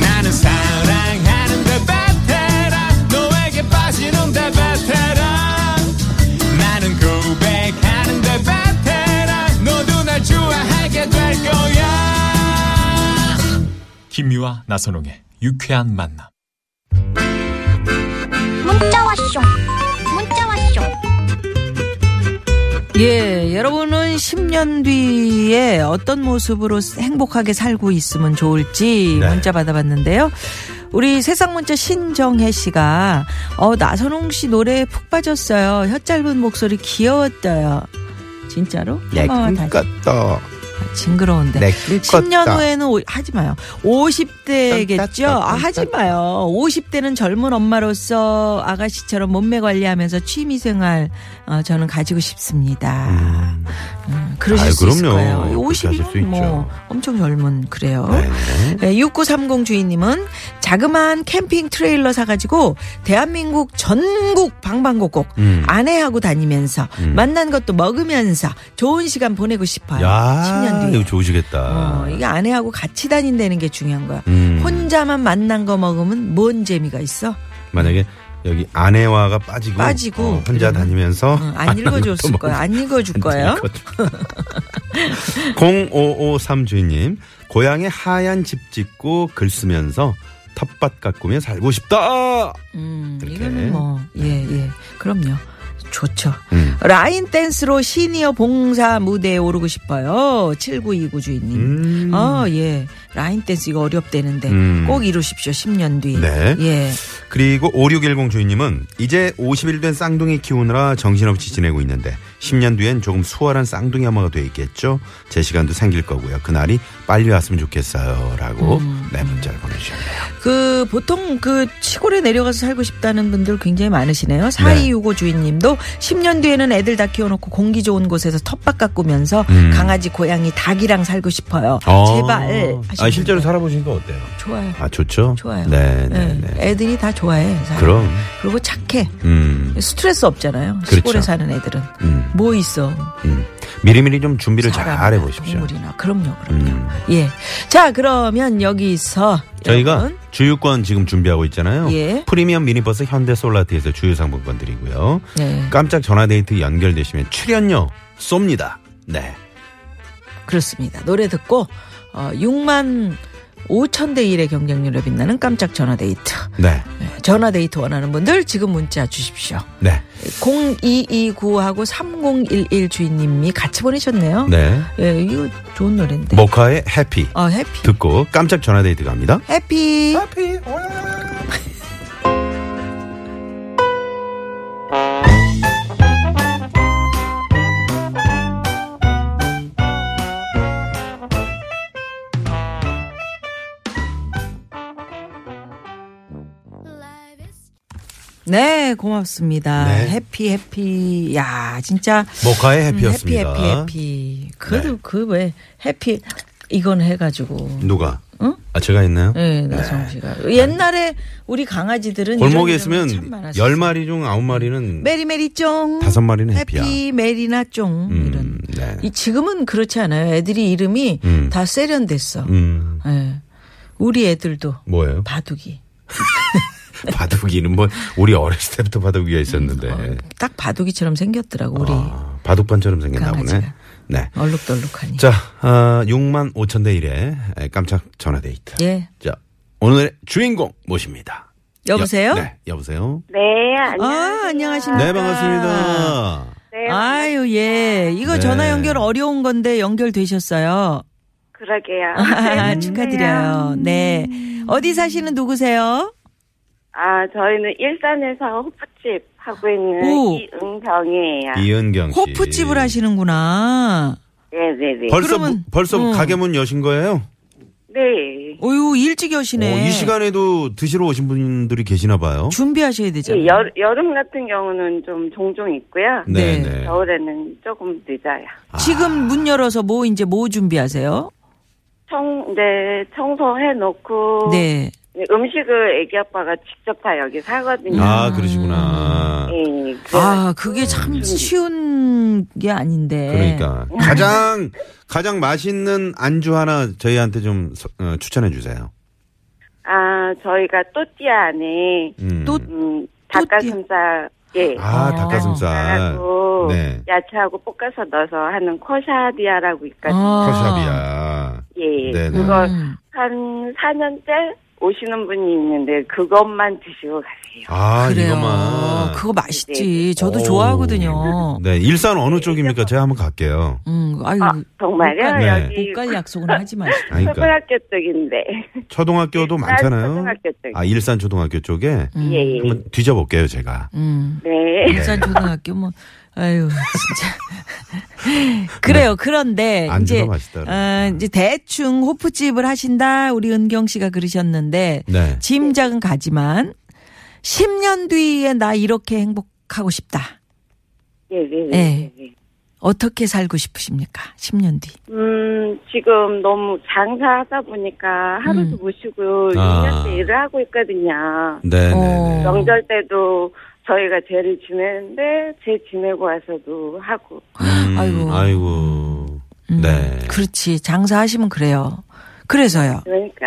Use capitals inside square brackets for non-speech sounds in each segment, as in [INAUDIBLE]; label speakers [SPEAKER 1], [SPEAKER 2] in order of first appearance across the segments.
[SPEAKER 1] 나는 사랑하는데 베테랑 너에게 빠지는데 베테랑 나는 고백하는데 베테랑 너도 날 좋아하게 될 거야
[SPEAKER 2] 김미화 나선홍의 유쾌한 만남.
[SPEAKER 3] 문자 왔쇼 문자 왔쇼
[SPEAKER 4] 예, 여러분은 10년 뒤에 어떤 모습으로 행복하게 살고 있으면 좋을지 문자 받아봤는데요. 우리 세상 문자 신정혜 씨가 어 나선홍 씨 노래에 푹 빠졌어요. 혀 짧은 목소리 귀여웠어요. 진짜로?
[SPEAKER 5] 내
[SPEAKER 4] 고마워, 어, 다시.
[SPEAKER 5] 꿈꿨다.
[SPEAKER 4] 징그러운데.
[SPEAKER 5] 내 꿈꿨다.
[SPEAKER 4] 10년 후에는 오- 하지 마요. 50대겠죠?
[SPEAKER 5] 깜짝이야,
[SPEAKER 4] 아, 하지 마요. 50대는 젊은 엄마로서 아가씨처럼 몸매 관리하면서 취미 생활 어, 저는 가지고 싶습니다. 음, 그러실
[SPEAKER 5] 아이,
[SPEAKER 4] 수 있을
[SPEAKER 5] 그럼요.
[SPEAKER 4] 거예요.
[SPEAKER 5] 그렇게 하실 수
[SPEAKER 4] 50이면
[SPEAKER 5] 있죠.
[SPEAKER 4] 뭐 엄청 젊은 그래요.
[SPEAKER 5] 네.
[SPEAKER 4] 네, 6930 주인님은 자그마한 캠핑 트레일러 사가지고 대한민국 전국 방방곡곡
[SPEAKER 5] 음.
[SPEAKER 4] 아내하고 다니면서 만난 것도 먹으면서 좋은 시간 보내고 싶어요.
[SPEAKER 5] 야,
[SPEAKER 4] 10년 아, 뒤에.
[SPEAKER 5] 이거 아, 좋으시겠다.
[SPEAKER 4] 어, 이게 아내하고 같이 다닌다는 게 중요한 거야.
[SPEAKER 5] 음.
[SPEAKER 4] 혼자만 만난 거 먹으면 뭔 재미가 있어?
[SPEAKER 5] 만약에 여기 아내와가 빠지고,
[SPEAKER 4] 빠지고
[SPEAKER 5] 어, 혼자
[SPEAKER 4] 그러면-
[SPEAKER 5] 다니면서 [LAUGHS]
[SPEAKER 4] 어, 안 읽어줬을 거야. 안 읽어줄 거예요.
[SPEAKER 5] 0553 주인님 고향에 하얀 집 짓고 글 쓰면서 텃밭 가꾸며 살고 싶다.
[SPEAKER 4] 음,
[SPEAKER 5] 이렇게.
[SPEAKER 4] 이거는 뭐, 예, 예. 그럼요. 좋죠.
[SPEAKER 5] 음.
[SPEAKER 4] 라인 댄스로 시니어 봉사 무대에 오르고 싶어요. 7929 주인님.
[SPEAKER 5] 음.
[SPEAKER 4] 어, 예. 라인 댄스 이거 어렵대는데
[SPEAKER 5] 음.
[SPEAKER 4] 꼭 이루십시오. 10년 뒤.
[SPEAKER 5] 네.
[SPEAKER 4] 예.
[SPEAKER 5] 그리고 5610 주인님은 이제 50일 된 쌍둥이 키우느라 정신없이 지내고 있는데 10년 뒤엔 조금 수월한 쌍둥이 엄마가 돼 있겠죠. 제 시간도 생길 거고요. 그날이 빨리 왔으면 좋겠어요. 라고 네 문자를 보내주셨네요.
[SPEAKER 4] 그 보통 그 시골에 내려가서 살고 싶다는 분들 굉장히 많으시네요. 4265 주인님도 10년 뒤에는 애들 다 키워놓고 공기 좋은 곳에서 텃밭 가꾸면서
[SPEAKER 5] 음.
[SPEAKER 4] 강아지, 고양이, 닭이랑 살고 싶어요. 제발.
[SPEAKER 5] 아, 실제로
[SPEAKER 4] 하시는 분들.
[SPEAKER 5] 살아보시니까 어때요?
[SPEAKER 4] 좋아요.
[SPEAKER 5] 아, 좋죠?
[SPEAKER 4] 좋아요.
[SPEAKER 5] 네, 네,
[SPEAKER 4] 네.
[SPEAKER 5] 네.
[SPEAKER 4] 애들이 다 좋아해. 사람.
[SPEAKER 5] 그럼,
[SPEAKER 4] 그리고 착해.
[SPEAKER 5] 음,
[SPEAKER 4] 스트레스 없잖아요.
[SPEAKER 5] 그렇죠.
[SPEAKER 4] 시골에 사는 애들은
[SPEAKER 5] 음,
[SPEAKER 4] 뭐 있어?
[SPEAKER 5] 음. 미리미리 좀 준비를 잘
[SPEAKER 4] 사람이나
[SPEAKER 5] 해보십시오.
[SPEAKER 4] 동물이나 그럼요, 그럼요.
[SPEAKER 5] 음.
[SPEAKER 4] 예. 자, 그러면 여기서
[SPEAKER 5] 저희가
[SPEAKER 4] 여러분,
[SPEAKER 5] 주유권 지금 준비하고 있잖아요.
[SPEAKER 4] 예.
[SPEAKER 5] 프리미엄 미니버스 현대 솔라트에서 주유상품권 드리고요.
[SPEAKER 4] 네,
[SPEAKER 5] 깜짝 전화 데이트 연결되시면 출연료 쏩니다. 네.
[SPEAKER 4] 그렇습니다. 노래 듣고 어 6만 5천 대 1의 경쟁률에 빛나는 깜짝 전화 데이트.
[SPEAKER 5] 네.
[SPEAKER 4] 네, 전화 데이트 원하는 분들 지금 문자 주십시오.
[SPEAKER 5] 네.
[SPEAKER 4] 0229하고 3011 주인님이 같이 보내셨네요.
[SPEAKER 5] 네.
[SPEAKER 4] 예, 이거 좋은 노래인데.
[SPEAKER 5] 모카의 해피
[SPEAKER 4] 어, 해피.
[SPEAKER 5] 듣고 깜짝 전화 데이트 갑니다.
[SPEAKER 4] 해피.
[SPEAKER 5] 해피.
[SPEAKER 4] 네, 고맙습니다.
[SPEAKER 5] 네.
[SPEAKER 4] 해피 해피. 야, 진짜
[SPEAKER 5] 모카의
[SPEAKER 4] 음,
[SPEAKER 5] 해피였습니다.
[SPEAKER 4] 해피 해피 해피. 그래도
[SPEAKER 5] 네.
[SPEAKER 4] 그 왜 해피 이건 해가지고.
[SPEAKER 5] 누가?
[SPEAKER 4] 응?
[SPEAKER 5] 아 제가 있나요?
[SPEAKER 4] 예, 나성 씨가 옛날에 우리 강아지들은
[SPEAKER 5] 골목에
[SPEAKER 4] 이런 이름이
[SPEAKER 5] 있으면
[SPEAKER 4] 참 많았어요. 음, 네.
[SPEAKER 5] 열 마리 중 아홉 마리는
[SPEAKER 4] 메리 메리 쫑.
[SPEAKER 5] 다섯 마리는 해피야.
[SPEAKER 4] 해피 메리나 쫑
[SPEAKER 5] 음,
[SPEAKER 4] 이런.
[SPEAKER 5] 네.
[SPEAKER 4] 이 지금은 그렇지 않아요. 애들이 이름이
[SPEAKER 5] 음.
[SPEAKER 4] 다 세련됐어.
[SPEAKER 5] 음.
[SPEAKER 4] 예. 우리 애들도
[SPEAKER 5] 뭐예요? [LAUGHS]
[SPEAKER 4] 바둑이
[SPEAKER 5] 바둑이는 뭐 우리 어렸을 때부터 바둑이가 있었는데.
[SPEAKER 4] 딱 바둑이처럼 생겼더라고 우리
[SPEAKER 5] 아, 바둑판처럼 생겼나 보네.
[SPEAKER 4] 강아지가.
[SPEAKER 5] 네.
[SPEAKER 4] 얼룩덜룩하니.
[SPEAKER 5] 자, 어, 6만 5천 대 1의 깜짝 전화 데이트.
[SPEAKER 4] 예.
[SPEAKER 5] 자, 오늘의 주인공 모십니다.
[SPEAKER 4] 여보세요?
[SPEAKER 5] 여, 네, 여보세요?
[SPEAKER 6] 네, 안녕하세요.
[SPEAKER 4] 아, 안녕하십니까.
[SPEAKER 5] 네, 반갑습니다.
[SPEAKER 6] 네,
[SPEAKER 4] 아유, 예. 이거
[SPEAKER 5] 네.
[SPEAKER 4] 전화 연결 어려운 건데 연결되셨어요.
[SPEAKER 6] 그러게요.
[SPEAKER 4] [LAUGHS] 아, 축하드려요. 네. 어디 사시는 누구세요?
[SPEAKER 6] 아, 저희는 일산에서 호프집 하고 있는
[SPEAKER 4] 오.
[SPEAKER 6] 이은경이에요.
[SPEAKER 5] 이은경 씨.
[SPEAKER 4] 호프집을 하시는구나.
[SPEAKER 6] 네, 네, 네.
[SPEAKER 5] 벌써
[SPEAKER 4] 그러면-
[SPEAKER 5] 문- 벌써
[SPEAKER 4] 음.
[SPEAKER 5] 가게 문 여신 거예요?
[SPEAKER 6] 네.
[SPEAKER 4] 어유 일찍 여시네.
[SPEAKER 5] 어, 이 시간에도 드시러 오신 분들이 계시나 봐요.
[SPEAKER 4] 준비하셔야
[SPEAKER 6] 이
[SPEAKER 4] 되잖아요.
[SPEAKER 6] 여, 여름 같은 경우는 좀 종종 있고요.
[SPEAKER 4] 네.
[SPEAKER 5] 아,
[SPEAKER 6] 겨울에는 조금 늦어요.
[SPEAKER 4] 지금 문 열어서 뭐 이제 뭐 준비하세요?
[SPEAKER 6] 청, 네, 청소해 놓고.
[SPEAKER 4] 네.
[SPEAKER 6] 음식을 애기 아빠가 직접 다 여기
[SPEAKER 4] 음.
[SPEAKER 6] 사거든요.
[SPEAKER 5] 아, 그러시구나.
[SPEAKER 6] 예, 그래서
[SPEAKER 4] 아 그게 참 쉬운 게 아닌데.
[SPEAKER 5] 음. 그러니까
[SPEAKER 4] 음.
[SPEAKER 5] 가장 가장 맛있는 안주 하나 저희한테 좀 서- 어, 추천해 주세요.
[SPEAKER 6] 아, 저희가 또띠아 안에
[SPEAKER 5] 음.
[SPEAKER 4] 또-
[SPEAKER 6] 음,
[SPEAKER 4] 또띠아.
[SPEAKER 6] 닭가슴살 예.
[SPEAKER 5] 아, 닭가슴살.
[SPEAKER 6] 하고
[SPEAKER 5] 네.
[SPEAKER 6] 야채하고 볶아서 넣어서 하는 코샤디아라고 있거든요.
[SPEAKER 4] 아.
[SPEAKER 5] 커샵이야.
[SPEAKER 6] 예.
[SPEAKER 5] 어. 네네.
[SPEAKER 6] 그거
[SPEAKER 4] 음.
[SPEAKER 6] 한 4년째 오시는 분이 있는데 그것만 드시고 가세요.
[SPEAKER 5] 아,
[SPEAKER 4] 그래요.
[SPEAKER 5] 이거만.
[SPEAKER 4] 그거 맛있지.
[SPEAKER 6] 네.
[SPEAKER 4] 저도
[SPEAKER 5] 오.
[SPEAKER 4] 좋아하거든요.
[SPEAKER 5] 네, 일산 어느 쪽입니까? 제가 한번 갈게요.
[SPEAKER 4] 음, 아유.
[SPEAKER 6] 아, 정말요?
[SPEAKER 5] 네.
[SPEAKER 6] 여기 그
[SPEAKER 4] 못갈 약속은 하지 마시고.
[SPEAKER 5] 아니, 그러니까
[SPEAKER 6] 초등학교 쪽인데.
[SPEAKER 5] 초등학교도 많잖아요.
[SPEAKER 6] [LAUGHS] 초등학교 쪽.
[SPEAKER 5] 아, 일산 초등학교 쪽에
[SPEAKER 4] 음.
[SPEAKER 6] 예, 예.
[SPEAKER 5] 한번 뒤져볼게요, 제가.
[SPEAKER 4] 음.
[SPEAKER 6] 네.
[SPEAKER 4] 일산 초등학교 뭐 아유 진짜 [LAUGHS] 그래요. 그런데
[SPEAKER 5] 네. 안주가
[SPEAKER 4] 이제
[SPEAKER 5] 맛있다.
[SPEAKER 4] 어, 이제 대충 호프집을 하신다 우리 은경 씨가 그러셨는데
[SPEAKER 5] 네.
[SPEAKER 4] 짐작은 가지만 10년 뒤에 나 이렇게 행복하고 싶다.
[SPEAKER 6] 예, 네,
[SPEAKER 4] 네.
[SPEAKER 6] 네. 네.
[SPEAKER 4] 어떻게 살고 싶으십니까? 10년 뒤.
[SPEAKER 6] 음, 지금 너무 장사하다 보니까 하루도 못
[SPEAKER 5] 음.
[SPEAKER 6] 쉬고
[SPEAKER 5] 아.
[SPEAKER 6] 6년째 일을 하고 있거든요.
[SPEAKER 5] 네, 네,
[SPEAKER 4] 어.
[SPEAKER 5] 네.
[SPEAKER 6] 명절 때도 저희가 죄를 지내는데 죄 지내고 와서도 하고
[SPEAKER 5] 음,
[SPEAKER 4] 아이고.
[SPEAKER 5] 아이고.
[SPEAKER 4] 음,
[SPEAKER 5] 네.
[SPEAKER 4] 그렇지. 장사하시면 그래요. 그래서요.
[SPEAKER 6] 그러니까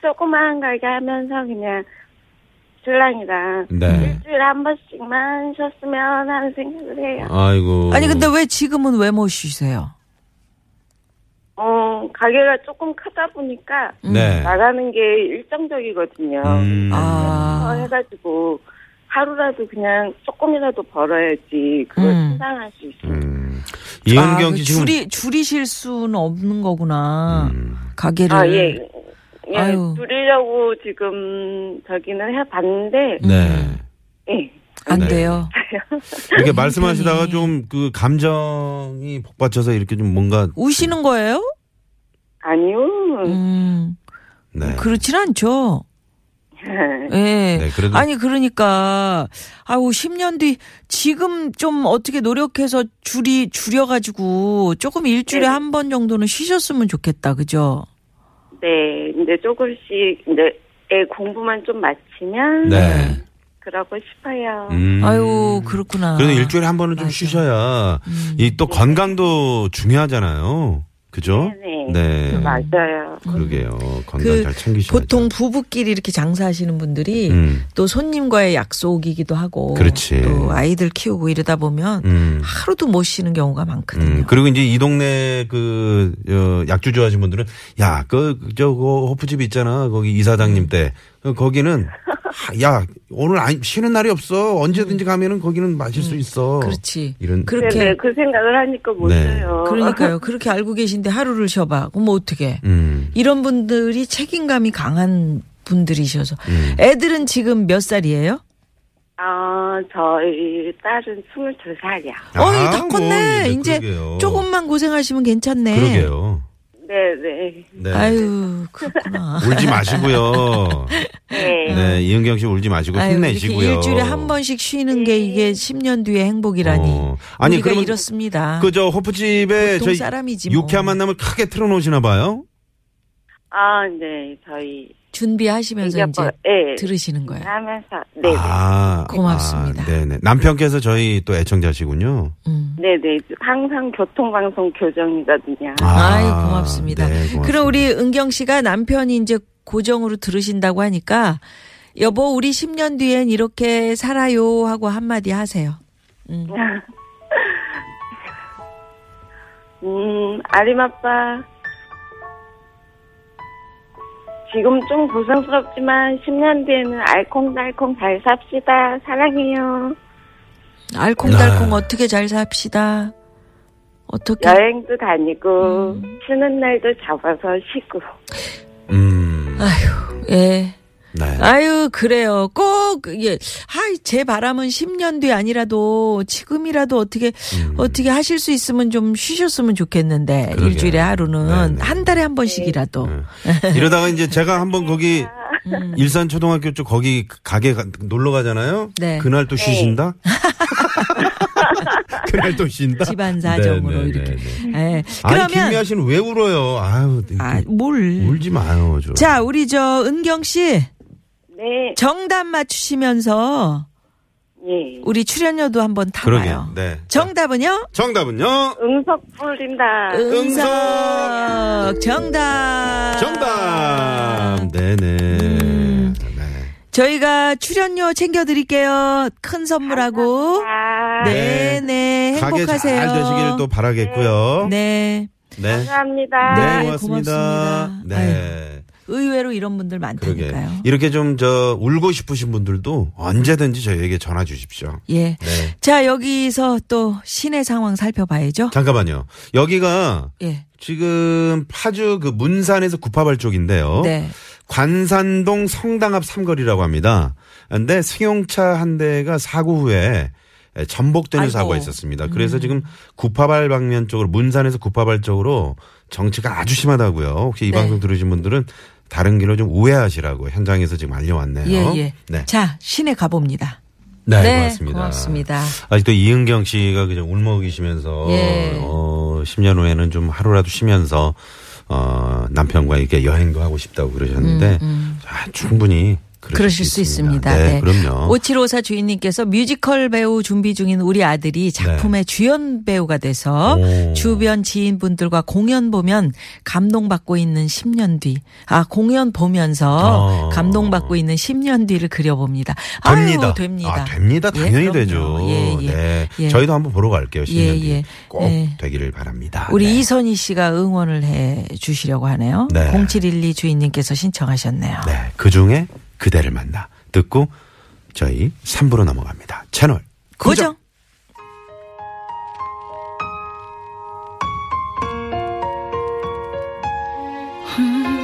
[SPEAKER 6] 조그마한 가게 하면서 그냥 신랑이랑
[SPEAKER 5] 네.
[SPEAKER 6] 일주일에 한 번씩만 쉬었으면 하는 생각을 해요.
[SPEAKER 5] 아이고.
[SPEAKER 4] 아니 근데 왜 지금은 왜 못 쉬세요?
[SPEAKER 6] 어, 가게가 조금 크다 보니까
[SPEAKER 4] 음.
[SPEAKER 5] 네.
[SPEAKER 6] 나가는 게 일정적이거든요.
[SPEAKER 5] 음.
[SPEAKER 6] 그래서
[SPEAKER 4] 아.
[SPEAKER 6] 해가지고 하루라도 그냥 조금이라도 벌어야지 그걸
[SPEAKER 4] 음.
[SPEAKER 6] 충당할 수 있어요.
[SPEAKER 5] 음.
[SPEAKER 4] 아,
[SPEAKER 5] 이은경
[SPEAKER 4] 그
[SPEAKER 5] 씨 지금
[SPEAKER 4] 줄이 어. 줄이실 수는 없는 거구나.
[SPEAKER 5] 음.
[SPEAKER 4] 가게를.
[SPEAKER 6] 아, 예. 예,
[SPEAKER 4] 아유.
[SPEAKER 6] 줄이려고 지금 저기는 해봤는데,
[SPEAKER 4] 음.
[SPEAKER 5] 네.
[SPEAKER 6] 예.
[SPEAKER 4] 안
[SPEAKER 5] 네.
[SPEAKER 4] 돼요. 음,
[SPEAKER 5] 이렇게 말씀하시다가 좀 그 감정이 복받쳐서 이렇게 좀 뭔가
[SPEAKER 4] 우시는 거예요?
[SPEAKER 6] 아니요.
[SPEAKER 4] 음.
[SPEAKER 5] 네.
[SPEAKER 4] 그렇진 않죠. 예.
[SPEAKER 5] 네, 그래도-
[SPEAKER 4] 아니 그러니까 아우 10년 뒤 지금 좀 어떻게 노력해서 줄이 줄여 가지고 조금 일주일에
[SPEAKER 6] 네.
[SPEAKER 4] 한 번 정도는 쉬셨으면 좋겠다. 그죠?
[SPEAKER 6] [LAUGHS] 네, 이제 조금씩, 이제 애 공부만 좀 마치면,
[SPEAKER 5] 네.
[SPEAKER 6] 그러고 싶어요.
[SPEAKER 5] 음.
[SPEAKER 4] 아유, 그렇구나.
[SPEAKER 5] 그래도 일주일에 한 번은 좀
[SPEAKER 4] 맞아. 음.
[SPEAKER 5] 쉬셔야 이 또 건강도 중요하잖아요. 그죠?
[SPEAKER 6] 네네.
[SPEAKER 5] 네.
[SPEAKER 6] 맞아요.
[SPEAKER 5] 그러게요. 건강
[SPEAKER 4] 그
[SPEAKER 5] 잘 챙기셔야죠.
[SPEAKER 4] 보통 부부끼리 이렇게 장사하시는 분들이
[SPEAKER 5] 음.
[SPEAKER 4] 또 손님과의 약속이기도 하고
[SPEAKER 5] 그렇지.
[SPEAKER 4] 또 아이들 키우고 이러다 보면
[SPEAKER 5] 음.
[SPEAKER 4] 하루도 못 쉬는 경우가 많거든요.
[SPEAKER 5] 음, 그리고 이제 이 동네 그, 어, 약주 좋아하시는 분들은, 야, 그, 저거 호프집 있잖아. 거기
[SPEAKER 4] 음.
[SPEAKER 5] 이사장님 때. 그 거기는, 하, 야, 오늘 안, 쉬는 날이 없어. 언제든지 가면은 거기는 마실 수 있어.
[SPEAKER 4] 음. 그렇지.
[SPEAKER 5] 이런.
[SPEAKER 4] 그렇게
[SPEAKER 6] 네네, 그 생각을 하니까 못
[SPEAKER 5] 네.
[SPEAKER 6] 해요.
[SPEAKER 4] 그러니까요. 그렇게 알고 계신데 하루를 쉬어봐. 그럼 뭐 어떻게?
[SPEAKER 5] 음.
[SPEAKER 4] 이런 분들이 책임감이 강한 분들이셔서
[SPEAKER 5] 음.
[SPEAKER 4] 애들은 지금 몇 살이에요?
[SPEAKER 6] 아, 저희 딸은 22살이야.
[SPEAKER 4] 어이
[SPEAKER 5] 아,
[SPEAKER 4] 다
[SPEAKER 5] 뭐,
[SPEAKER 4] 컸네. 이제
[SPEAKER 5] 그러게요.
[SPEAKER 4] 조금만 고생하시면 괜찮네.
[SPEAKER 5] 그러게요.
[SPEAKER 6] 네네.
[SPEAKER 5] 네.
[SPEAKER 4] 아유 그렇구나.
[SPEAKER 5] 울지
[SPEAKER 4] [LAUGHS]
[SPEAKER 5] 마시고요.
[SPEAKER 6] 네.
[SPEAKER 5] 네, 이은경 씨 울지 마시고
[SPEAKER 4] 아유,
[SPEAKER 5] 힘내시고요.
[SPEAKER 4] 이렇게 일주일에 한 번씩 쉬는 게 이게 10년 뒤의 행복이라니.
[SPEAKER 5] 어. 아니,
[SPEAKER 4] 우리가
[SPEAKER 5] 그러면
[SPEAKER 4] 이렇습니다.
[SPEAKER 5] 그 저 호프집에
[SPEAKER 4] 보통
[SPEAKER 5] 저희
[SPEAKER 4] 사람이지 뭐.
[SPEAKER 5] 유쾌한 만남을 크게 틀어놓으시나 봐요.
[SPEAKER 6] 아, 네, 저희.
[SPEAKER 4] 준비하시면서
[SPEAKER 6] 애기
[SPEAKER 4] 이제
[SPEAKER 6] 아빠, 예.
[SPEAKER 4] 들으시는 거예요.
[SPEAKER 6] 하면서, 네네.
[SPEAKER 5] 아,
[SPEAKER 4] 고맙습니다.
[SPEAKER 5] 아, 네네. 남편께서 저희 또 애청자시군요.
[SPEAKER 4] 음.
[SPEAKER 6] 네네. 항상 교통방송 교정이거든요.
[SPEAKER 4] 아이 고맙습니다.
[SPEAKER 5] 네, 고맙습니다.
[SPEAKER 4] 그럼 우리 은경 씨가 남편이 이제 고정으로 들으신다고 하니까 여보 우리 10년 뒤엔 이렇게 살아요 하고 한마디 하세요.
[SPEAKER 6] 음, 아림아빠. 지금 좀 고생스럽지만 10년 뒤에는 알콩달콩 잘 삽시다. 사랑해요.
[SPEAKER 4] 알콩달콩
[SPEAKER 5] 네.
[SPEAKER 4] 어떻게 잘 삽시다. 어떻게
[SPEAKER 6] 여행도 다니고 쉬는 날도 잡아서 쉬고.
[SPEAKER 5] 음.
[SPEAKER 4] 예
[SPEAKER 5] 네.
[SPEAKER 4] 아유, 그래요. 꼭, 예. 아, 제 바람은 10년 뒤 아니라도 지금이라도 어떻게, 어떻게 하실 수 있으면 좀 쉬셨으면 좋겠는데,
[SPEAKER 5] 음. 그러게요.
[SPEAKER 4] 일주일에 하루는.
[SPEAKER 5] 네, 네.
[SPEAKER 4] 한 달에 한 번씩이라도.
[SPEAKER 5] 이러다가 이제 제가 한번 거기
[SPEAKER 4] 음.
[SPEAKER 5] 일산 초등학교 쪽 거기 가게 가- 놀러 가잖아요.
[SPEAKER 4] 네.
[SPEAKER 5] 그날
[SPEAKER 4] [LAUGHS]
[SPEAKER 5] 또 쉬신다? 그날 또 쉰다?
[SPEAKER 4] 집안 사정으로
[SPEAKER 5] 네, 네,
[SPEAKER 4] 이렇게.
[SPEAKER 5] 네, 네.
[SPEAKER 4] 예.
[SPEAKER 5] 아니
[SPEAKER 4] 그러면,
[SPEAKER 5] 김미아 씨는 왜 울어요? 아유,
[SPEAKER 4] 아, 뭘.
[SPEAKER 5] 울지 마요, 좀.
[SPEAKER 4] 자, 우리 저, 은경 씨,
[SPEAKER 6] 네,
[SPEAKER 4] 정답 맞추시면서
[SPEAKER 6] 예.
[SPEAKER 4] 우리 출연료도 한번 타봐요.
[SPEAKER 5] 그러게요. 네.
[SPEAKER 4] 정답은요?
[SPEAKER 5] 정답은요?
[SPEAKER 6] 응석 불린다.
[SPEAKER 5] 응석.
[SPEAKER 4] 응석. 정답. 아.
[SPEAKER 5] 정답. 네네.
[SPEAKER 4] 음.
[SPEAKER 5] 네.
[SPEAKER 4] 저희가 출연료 챙겨드릴게요. 큰 선물하고.
[SPEAKER 6] 아,
[SPEAKER 4] 네네.
[SPEAKER 5] 가게 잘
[SPEAKER 4] 행복하세요.
[SPEAKER 5] 되시길 또 바라겠고요.
[SPEAKER 4] 네.
[SPEAKER 5] 네.
[SPEAKER 6] 감사합니다.
[SPEAKER 4] 아이,
[SPEAKER 5] 네, 고맙습니다.
[SPEAKER 4] 고맙습니다.
[SPEAKER 5] 네.
[SPEAKER 4] 의외로 이런 분들
[SPEAKER 5] 그러게.
[SPEAKER 4] 많다니까요.
[SPEAKER 5] 이렇게 좀 저 울고 싶으신 분들도 언제든지 저희에게 전화 주십시오.
[SPEAKER 4] 예.
[SPEAKER 5] 네.
[SPEAKER 4] 자, 여기서 또 시내 상황 살펴봐야죠.
[SPEAKER 5] 잠깐만요. 여기가
[SPEAKER 4] 예.
[SPEAKER 5] 지금 파주 그 문산에서 구파발 쪽인데요.
[SPEAKER 4] 네.
[SPEAKER 5] 관산동 성당 앞 삼거리라고 합니다. 근데 승용차 한 대가 사고 후에 전복되는
[SPEAKER 4] 아이고. 음.
[SPEAKER 5] 사고가 있었습니다. 그래서 지금 구파발 방면 쪽으로 문산에서 구파발 쪽으로 정체가 아주 심하다고요. 혹시 이
[SPEAKER 4] 네.
[SPEAKER 5] 방송 들으신 분들은 다른 길로 좀 우회하시라고 현장에서 지금 알려왔네요.
[SPEAKER 4] 예, 예.
[SPEAKER 5] 네.
[SPEAKER 4] 자, 시내 가봅니다.
[SPEAKER 5] 네,
[SPEAKER 4] 네,
[SPEAKER 5] 고맙습니다.
[SPEAKER 4] 고맙습니다.
[SPEAKER 5] 아직도 이은경 씨가 그냥 울먹이시면서
[SPEAKER 4] 예.
[SPEAKER 5] 어, 10년 후에는 좀 하루라도 쉬면서 어, 남편과 이렇게 여행도 하고 싶다고 그러셨는데 아, 충분히 그러실,
[SPEAKER 4] 음, 그러실 수 있습니다.
[SPEAKER 5] 네,
[SPEAKER 4] 네.
[SPEAKER 5] 그럼요.
[SPEAKER 4] 5754 주인님께서 뮤지컬 배우 준비 중인 우리 아들이 작품의 주연 배우가 돼서
[SPEAKER 5] 네. 오.
[SPEAKER 4] 주변 지인분들과 공연 보면 감동받고 있는 10년 뒤. 아, 공연 보면서
[SPEAKER 5] 어.
[SPEAKER 4] 감동받고 있는 10년 뒤를 그려봅니다.
[SPEAKER 5] 됩니다.
[SPEAKER 4] 아유, 됩니다.
[SPEAKER 5] 아, 됩니다.
[SPEAKER 4] 예,
[SPEAKER 5] 당연히
[SPEAKER 4] 그럼요.
[SPEAKER 5] 되죠.
[SPEAKER 4] 예, 예.
[SPEAKER 5] 네.
[SPEAKER 4] 예.
[SPEAKER 5] 저희도 한번 보러 갈게요. 10년
[SPEAKER 4] 예,
[SPEAKER 5] 뒤.
[SPEAKER 4] 예.
[SPEAKER 5] 꼭
[SPEAKER 4] 예.
[SPEAKER 5] 되기를 바랍니다.
[SPEAKER 4] 우리
[SPEAKER 5] 네.
[SPEAKER 4] 이선희 씨가 응원을 해 주시려고 하네요.
[SPEAKER 5] 네.
[SPEAKER 4] 0712 주인님께서 신청하셨네요.
[SPEAKER 5] 네. 그 중에 그대를 만나 듣고 저희 3부로 넘어갑니다. 채널
[SPEAKER 4] 고정.
[SPEAKER 7] 음,